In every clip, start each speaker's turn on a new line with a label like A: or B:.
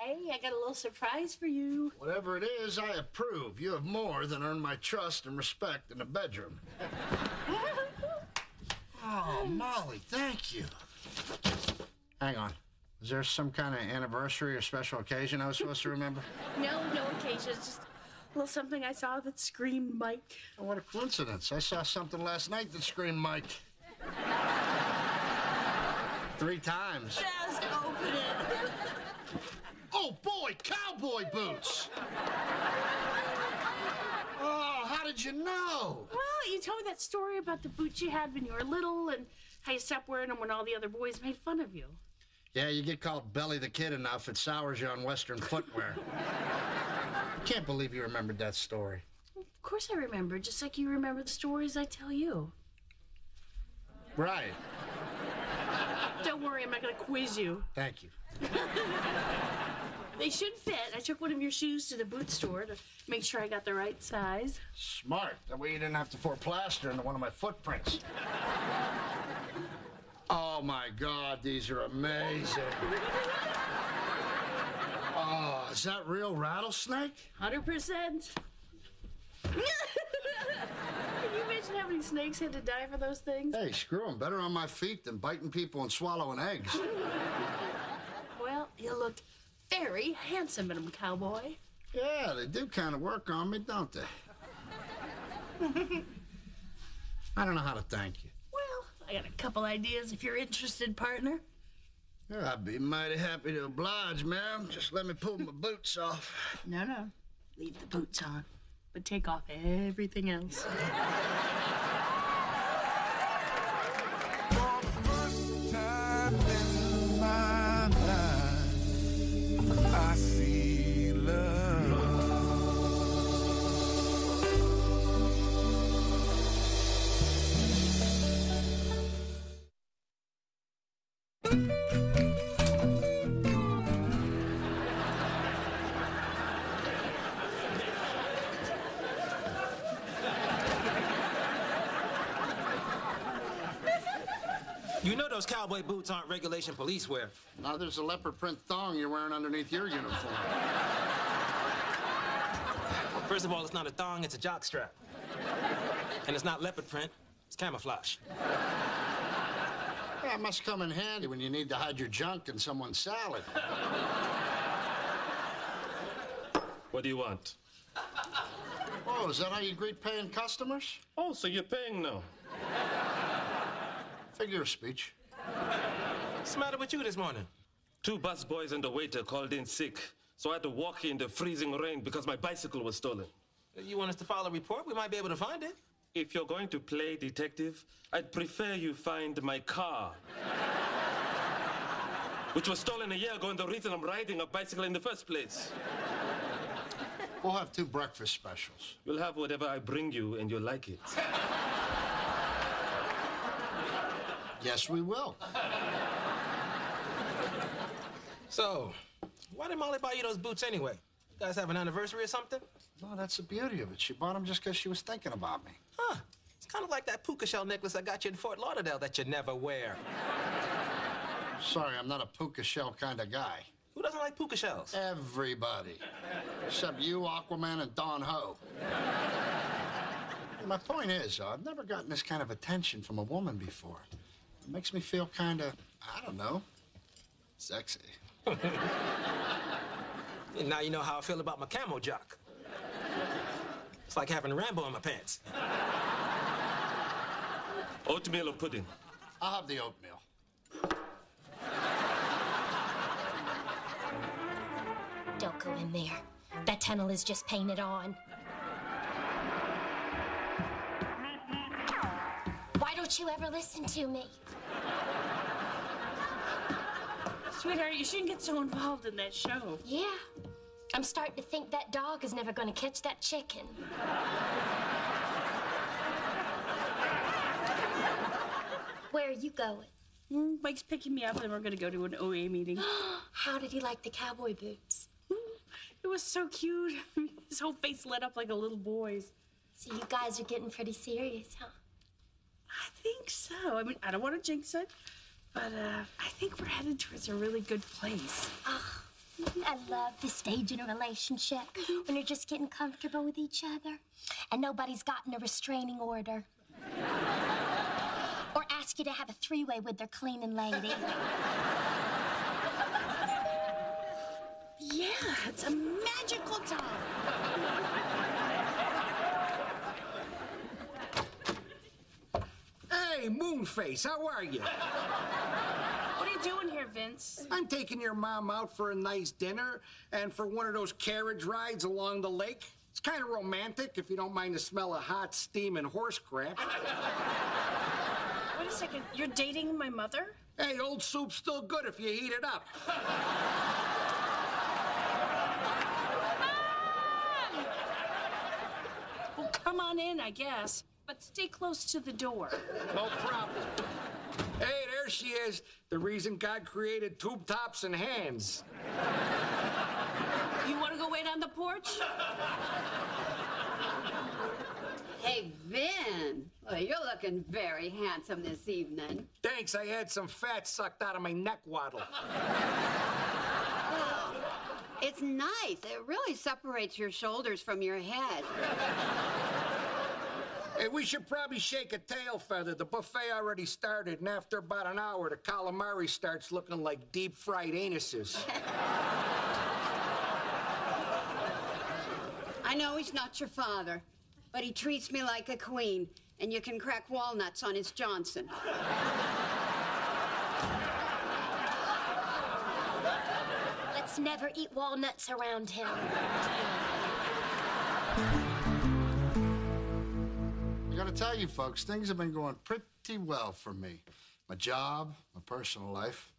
A: Hey, I got a little surprise for you.
B: Whatever it is, I approve. You have more than earned my trust and respect in the bedroom. oh, Molly, thank you. Hang on. Is there some kind of anniversary or special occasion I was supposed to remember?
A: No, no occasion. It's just a little something I saw that screamed Mike.
B: Oh, what a coincidence. I saw something last night that screamed Mike. Three times.
A: Just open it.
B: Oh boy, cowboy boots! Oh, how did you know?
A: Well, you told me that story about the boots you had when you were little and how you stopped wearing them when all the other boys made fun of you.
B: Yeah, you get called Belly the Kid enough, it sours you on Western footwear. Can't believe you remembered that story.
A: Of course I remember, just like you remember the stories I tell you.
B: Right.
A: Don't worry, I'm not going to quiz you.
B: Thank you.
A: They should fit. I took one of your shoes to the boot store to make sure I got the right size.
B: Smart. That way you didn't have to pour plaster into one of my footprints. Oh my God, these are amazing. Oh, is that real rattlesnake?
A: 100%. Can you imagine how many snakes had to die for those things?
B: Hey, screw 'em. Better on my feet than biting people and swallowing eggs.
A: Well, you looked very handsome in 'em, cowboy.
B: Yeah, they do kind of work on me, don't they? I don't know how to thank you.
A: Well, I got a couple ideas if you're interested, partner.
B: Yeah, I'd be mighty happy to oblige, ma'am. Just let me pull my boots off.
A: No, no. Leave the boots on, but take off everything else.
C: For the first time in my life, I see love.
D: You know those cowboy boots aren't regulation police wear.
B: Now there's a leopard print thong you're wearing underneath your uniform.
D: First of all, it's not a thong, it's a jock strap. And it's not leopard print, it's camouflage.
B: That must come in handy when you need to hide your junk in someone's salad.
E: What do you want?
B: Oh, is that how you greet paying customers?
E: Oh, so you're paying now.
B: Figure of speech.
D: What's the matter with you this morning?
E: Two bus boys and a waiter called in sick, so I had to walk in the freezing rain because my bicycle was stolen.
D: You want us to file a report? We might be able to find it.
E: If you're going to play detective, I'd prefer you find my car. Which was stolen a year ago, and the reason I'm riding a bicycle in the first place.
B: We'll have two breakfast specials.
E: You'll have whatever I bring you, and you'll like it.
B: Yes, we will.
D: So, why did Molly buy you those boots anyway? You guys have an anniversary or something?
B: No, that's the beauty of it. She bought them just because she was thinking about me.
D: Huh. It's kind of like that puka shell necklace I got you in Fort Lauderdale that you never wear.
B: Sorry, I'm not a puka shell kind of guy.
D: Who doesn't like puka shells?
B: Everybody. Except you, Aquaman, and Don Ho. My point is, uh, I've never gotten this kind of attention from a woman before. It makes me feel kind of, I don't know, sexy.
D: And now you know how I feel about my camo jock. It's like having Rambo in my pants.
E: Oatmeal or pudding?
B: I'll have the oatmeal.
F: Don't go in there. That tunnel is just painted on. Why don't you ever listen to me?
A: Sweetheart, you shouldn't get so involved in that show.
F: Yeah. I'm starting to think that dog is never going to catch that chicken. Where are you going?
A: Mm, Mike's picking me up, and we're going to go to an OA meeting.
F: How did he like the cowboy boots?
A: It was so cute. His whole face lit up like a little boy's.
F: So you guys are getting pretty serious, huh?
A: I think so. I mean, I don't want to jinx it, but uh, I think we're headed towards a really good place.
F: Ah, I love this stage in a relationship when you're just getting comfortable with each other and nobody's gotten a restraining order. or ask you to have a three way with their cleaning lady.
A: Yeah, it's a magical time.
G: Hey, Moonface, how are you?
A: What are you doing here, Vince?
G: I'm taking your mom out for a nice dinner and for one of those carriage rides along the lake. It's kind of romantic if you don't mind the smell of hot steam and horse crap.
A: Wait a second. You're dating my mother?
G: Hey, old soup's still good if you heat it up.
A: Well, come on in, I guess. But stay close to the door.
G: No problem. Hey, there she is. The reason God created tube tops and hands.
A: You want to go wait on the porch?
H: Hey, Vin. Well, you're looking very handsome this evening.
G: Thanks, I had some fat sucked out of my neck waddle.
H: It's nice. It really separates your shoulders from your head.
G: Hey, we should probably shake a tail feather. The buffet already started, and after about an hour, the calamari starts looking like deep fried anuses.
H: I know he's not your father, but he treats me like a queen, and you can crack walnuts on his Johnson.
F: Let's never eat walnuts around him.
B: I gotta tell you folks, things have been going pretty well for me. My job, my personal life.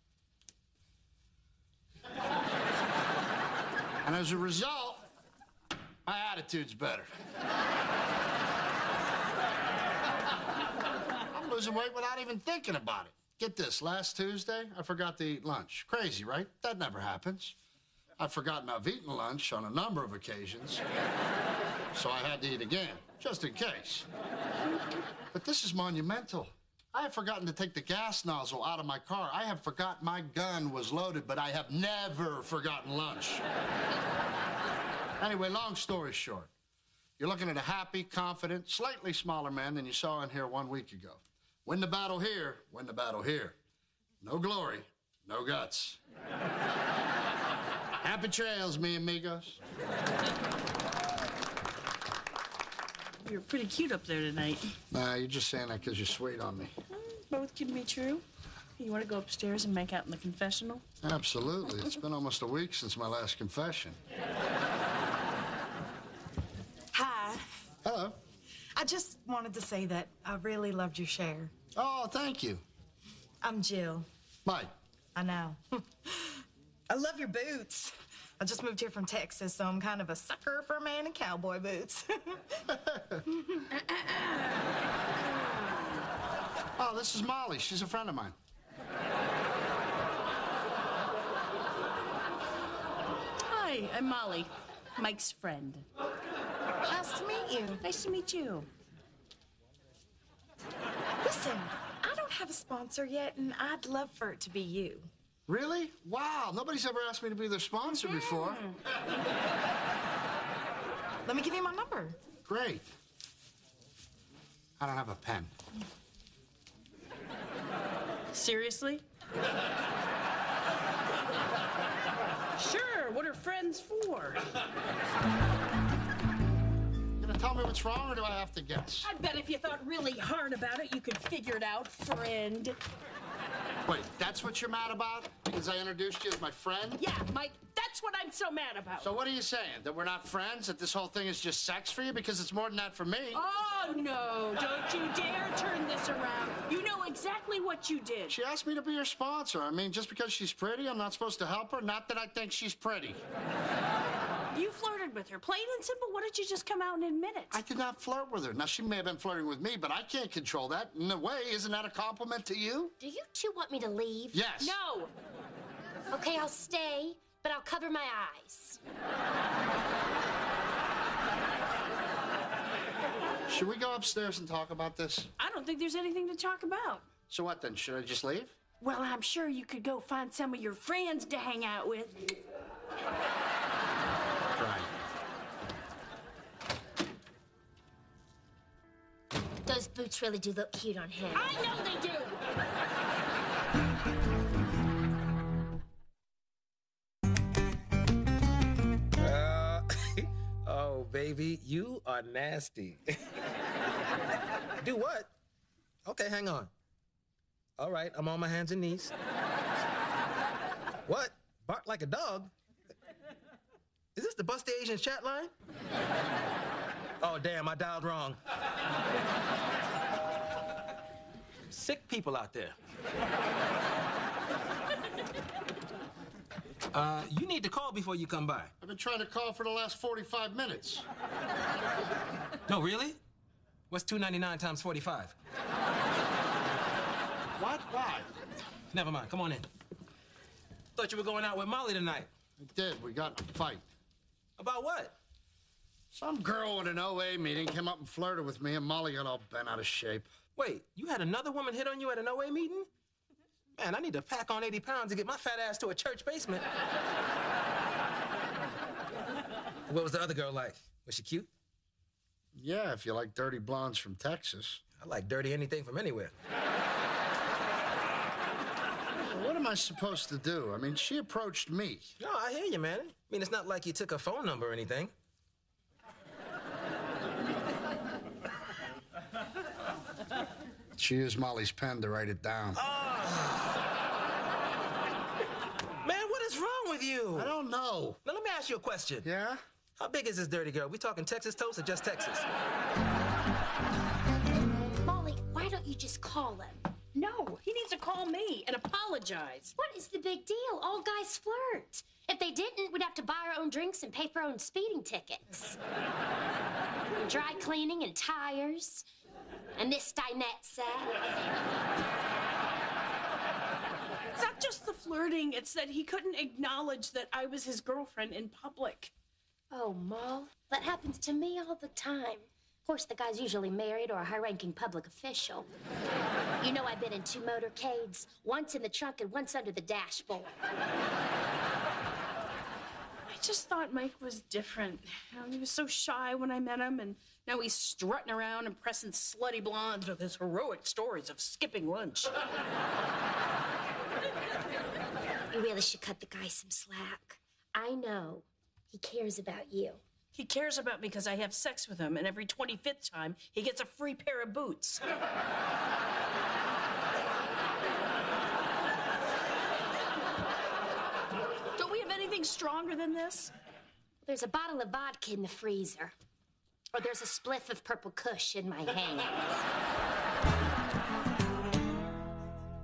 B: and as a result, my attitude's better. I'm losing weight without even thinking about it. Get this, last Tuesday, I forgot to eat lunch. Crazy, right? That never happens. I've forgotten I've eaten lunch on a number of occasions, so I had to eat again, just in case. But this is monumental. I have forgotten to take the gas nozzle out of my car. I have forgot my gun was loaded, but I have never forgotten lunch. anyway, long story short, you're looking at a happy, confident, slightly smaller man than you saw in here one week ago. Win the battle here, win the battle here. No glory, no guts. Happy trails, me amigos.
A: You're pretty cute up there tonight.
B: Nah, you're just saying that because you're sweet on me.
A: Both can be true. You want to go upstairs and make out in the confessional?
B: Absolutely. It's been almost a week since my last confession.
I: Hi.
B: Hello.
I: I just wanted to say that I really loved your share.
B: Oh, thank you.
I: I'm Jill.
B: Mike.
I: I know. I love your boots. I just moved here from Texas, so I'm kind of a sucker for a man in cowboy boots.
B: Oh, this is Molly. She's a friend of mine.
A: Hi, I'm Molly, Mike's friend.
I: nice to meet you.
A: Nice to meet you.
I: Listen, I don't have a sponsor yet, and I'd love for it to be you.
B: Really? Wow. Nobody's ever asked me to be their sponsor
A: Mm-hmm.
B: before.
I: Let me give you my number.
B: Great. I don't have a pen.
A: Seriously? sure, what are friends for?
B: You gonna tell me what's wrong, or do I have to guess?
A: I bet if you thought really hard about it, you could figure it out, friend.
B: Wait, that's what you're mad about? Because I introduced you as my friend?
A: Yeah, Mike, that's what I'm so mad about.
B: So what are you saying? That we're not friends? That this whole thing is just sex for you? Because it's more than that for me.
A: Oh, no, don't you dare turn this around. You know exactly what you did.
B: She asked me to be her sponsor. I mean, just because she's pretty, I'm not supposed to help her? Not that I think she's pretty.
A: You flirted with her, plain and simple. Why don't you just come out and admit it?
B: I did not flirt with her. Now, she may have been flirting with me, but I can't control that. In a way, isn't that a compliment to you?
F: Do you two want me to leave?
B: Yes.
A: No,
F: Okay, I'll stay, but I'll cover my eyes.
B: Should we go upstairs and talk about this?
A: I don't think there's anything to talk about.
B: So what then? Should I just leave?
A: Well, I'm sure you could go find some of your friends to hang out with.
F: boots really do look cute on him.
H: I know they do.
J: Uh, oh, baby, you are nasty. Do what? Okay, hang on. All right, I'm on my hands and knees. what? Bark like a dog? Is this the Bust Asians chat line? oh, damn, I dialed wrong.
D: Sick people out there. Uh, you need to call before you come by.
B: I've been trying to call for the last 45 minutes.
D: No, really? What's 299 times 45?
B: What? Why?
D: Never mind. Come on in. Thought you were going out with Molly tonight.
B: I did. We got in a fight.
D: About what?
B: Some girl at an OA meeting came up and flirted with me, and Molly got all bent out of shape.
D: Wait, you had another woman hit on you at an OA meeting? Man, I need to pack on 80 pounds to get my fat ass to a church basement.
J: What was the other girl like? Was she cute?
B: Yeah, if you like dirty blondes from Texas.
J: I like dirty anything from anywhere.
B: What am I supposed to do? I mean, she approached me.
J: No, I hear you, man. I mean, it's not like you took her phone number or anything.
B: She used Molly's pen to write it down.
D: Man, what is wrong with you?
B: I don't know.
D: Now, let me ask you a question.
B: Yeah?
D: How big is this dirty girl? We talking Texas toast or just Texas?
F: Molly, why don't you just call him?
A: No, he needs to call me and apologize.
F: What is the big deal? All guys flirt. If they didn't, we'd have to buy our own drinks and pay for our own speeding tickets. Dry cleaning and tires. And this dinette set.
A: It's not just the flirting, it's that he couldn't acknowledge that I was his girlfriend in public.
F: Oh, Molly, that happens to me all the time. Of course, the guy's usually married or a high ranking public official. You know, I've been in two motorcades, once in the trunk and once under the dashboard.
A: I just thought Mike was different. You know, he was so shy when I met him, and now he's strutting around and pressing slutty blondes with his heroic stories of skipping lunch.
F: You really should cut the guy some slack. I know he cares about you.
A: He cares about me because I have sex with him, and every 25th time, he gets a free pair of boots. Don't we have anything stronger than this?
F: There's a bottle of vodka in the freezer, or there's a spliff of purple kush in my hand.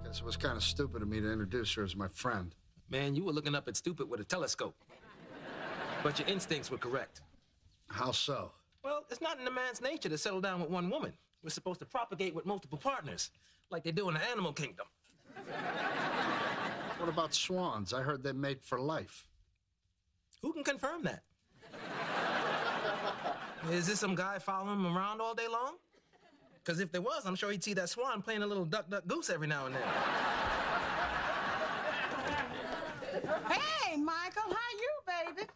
B: Guess it was kind of stupid of me to introduce her as my friend.
D: Man, you were looking up at stupid with a telescope. But your instincts were correct.
B: How so?
D: Well, it's not in a man's nature to settle down with one woman. We're supposed to propagate with multiple partners, like they do in the animal kingdom.
B: What about swans? I heard they mate for life.
D: Who can confirm that? Is this some guy following him around all day long? Because if there was, I'm sure he'd see that swan playing a little duck, duck, goose every now and then.
K: Hey, Michael, how you, baby?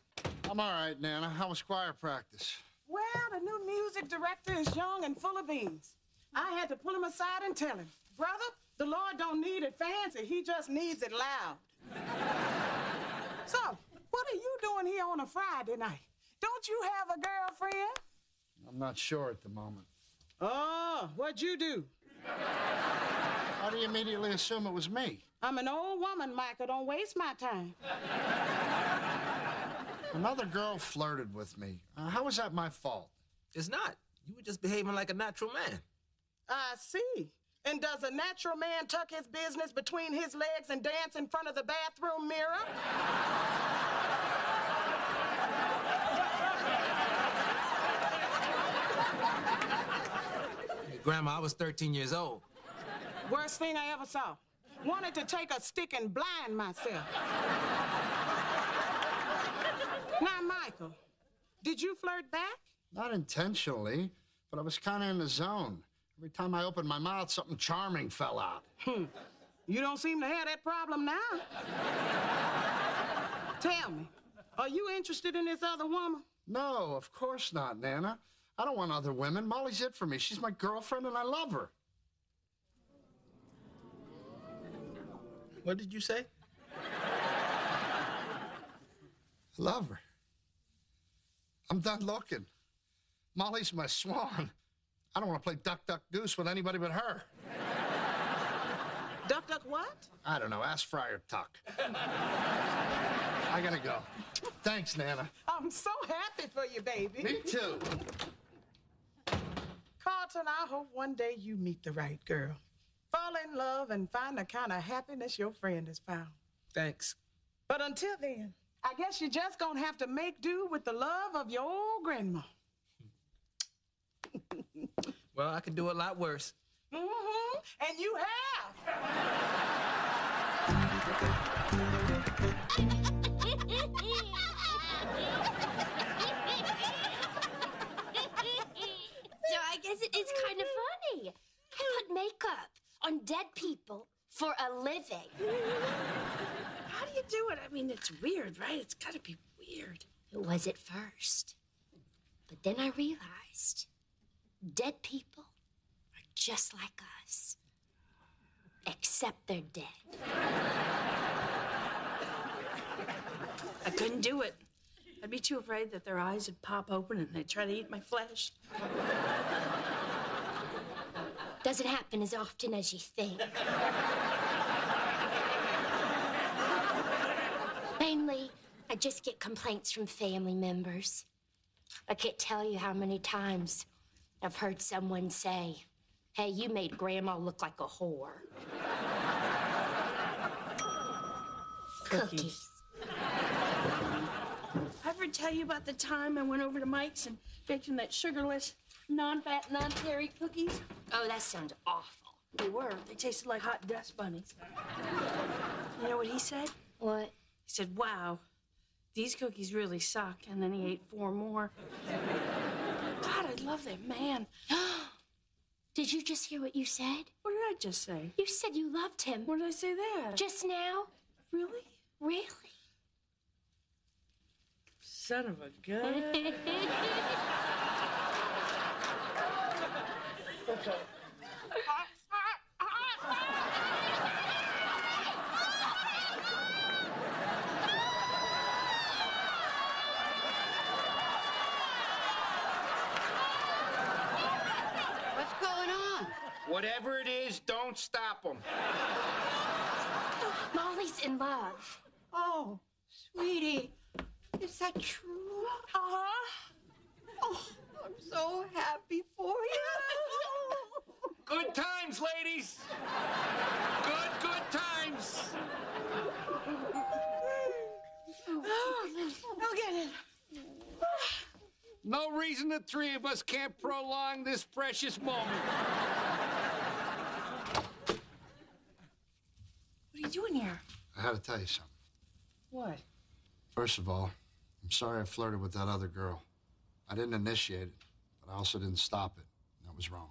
B: I'm all right, Nana. How was choir practice?
K: Well, the new music director is young and full of beans. I had to pull him aside and tell him, brother, the Lord don't need it fancy. He just needs it loud. so, what are you doing here on a Friday night? Don't you have a girlfriend?
B: I'm not sure at the moment.
K: Oh, what'd you do?
B: How do you immediately assume it was me?
K: I'm an old woman, Michael. Don't waste my time.
B: Another girl flirted with me. Uh, how is that my fault?
D: It's not. You were just behaving like a natural man.
K: I see. And does a natural man tuck his business between his legs and dance in front of the bathroom mirror?
D: Grandma, I was 13 years old.
K: Worst thing I ever saw. Wanted to take a stick and blind myself. now, Michael, did you flirt back?
B: Not intentionally, but I was kind of in the zone. Every time I opened my mouth, something charming fell out.
K: You don't seem to have that problem now. Tell me, are you interested in this other woman?
B: No, of course not, Nana. I don't want other women. Molly's it for me. She's my girlfriend and I love her.
J: What did you say?
B: I love her. I'm done looking. Molly's my swan. I don't want to play duck, duck, goose with anybody but her.
K: Duck, duck, what?
B: I don't know. Ask Friar Tuck. I gotta go. Thanks, Nana.
K: I'm so happy for you, baby.
B: Me too.
K: Carlton, I hope one day you meet the right girl. Fall in love and find the kind of happiness your friend has found.
J: Thanks.
K: But until then, I guess you're just gonna have to make do with the love of your old grandma.
D: Well, I could do a lot worse.
K: Mm-hmm. And you have.
F: So I guess it is kind of funny. I put makeup on dead people for a living.
A: How do you do it? I mean, it's weird, right? It's gotta be weird.
F: It was at first. But then I realized dead people are just like us, except they're dead.
A: I couldn't do it. I'd be too afraid that their eyes would pop open and they'd try to eat my flesh.
F: Doesn't happen as often as you think. Mainly, I just get complaints from family members. I can't tell you how many times I've heard someone say, Hey, you made grandma look like a whore. Cookies.
A: I ever tell you about the time I went over to Mike's and baked him that sugarless, non-fat, non-dairy cookies?
F: Oh, that sounds awful.
A: They were. They tasted like hot dust bunnies. You know what he said?
F: What?
A: He said, "Wow, these cookies really suck." And then he ate four more. God, I love that man.
F: Did you just hear what you said?
A: What did I just say?
F: You said you loved him.
A: What did I say there?
F: Just now?
A: really,
F: Really?
A: son of a gun.
H: What's going on?
G: Whatever it is, don't stop them.
F: Molly's in love.
H: Oh, sweetie, is that true?
K: Uh huh.
A: Uh-huh.
H: Oh, I'm so happy for you.
G: Good times, ladies. Good, good times.
K: I'll get it.
G: No reason the three of us can't prolong this precious moment.
A: What are you doing here?
B: I had to tell you something.
A: What?
B: First of all, I'm sorry I flirted with that other girl. I didn't initiate it, but I also didn't stop it. That was wrong.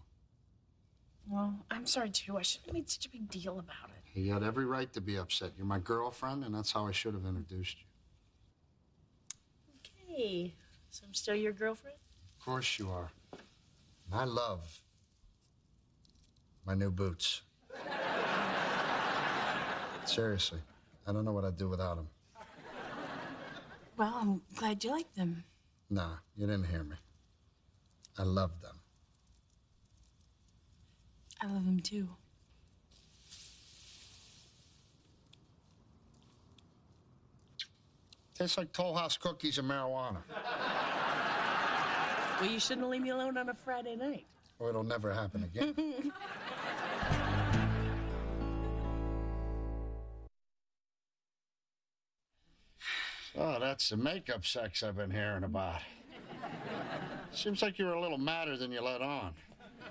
A: Well, I'm sorry too. I shouldn't have made such a big deal about it.
B: You had every right to be upset. You're my girlfriend, and that's how I should have introduced you.
A: Hey, so I'm still your girlfriend?
B: Of course you are. And I love my new boots. Seriously, I don't know what I'd do without them.
A: Well, I'm glad you like them.
B: Nah, you didn't hear me. I love them.
A: I love them too.
B: Tastes like Toll House cookies and marijuana.
A: Well, you shouldn't leave me alone on a Friday night.
B: Or it'll never happen again. oh, that's the makeup sex I've been hearing about. Seems like you were a little madder than you let on.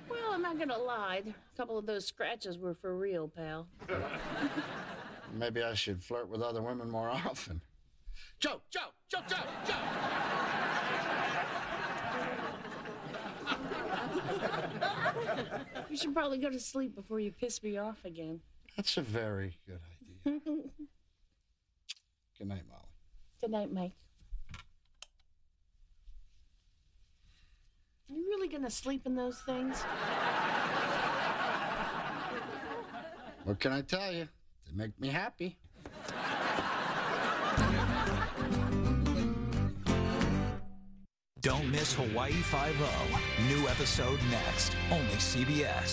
A: Well, I'm not gonna lie. A couple of those scratches were for real, pal.
B: Maybe I should flirt with other women more often. Joe, Joe, Joe, Joe, Joe.
A: You should probably go to sleep before you piss me off again.
B: That's a very good idea.
A: Good
B: Good night, Molly.
A: night, Mike. you really gonna sleep in those things?
B: What can I tell you? They make me happy.
D: Don't miss Hawaii Five-O. New episode next. Only CBS.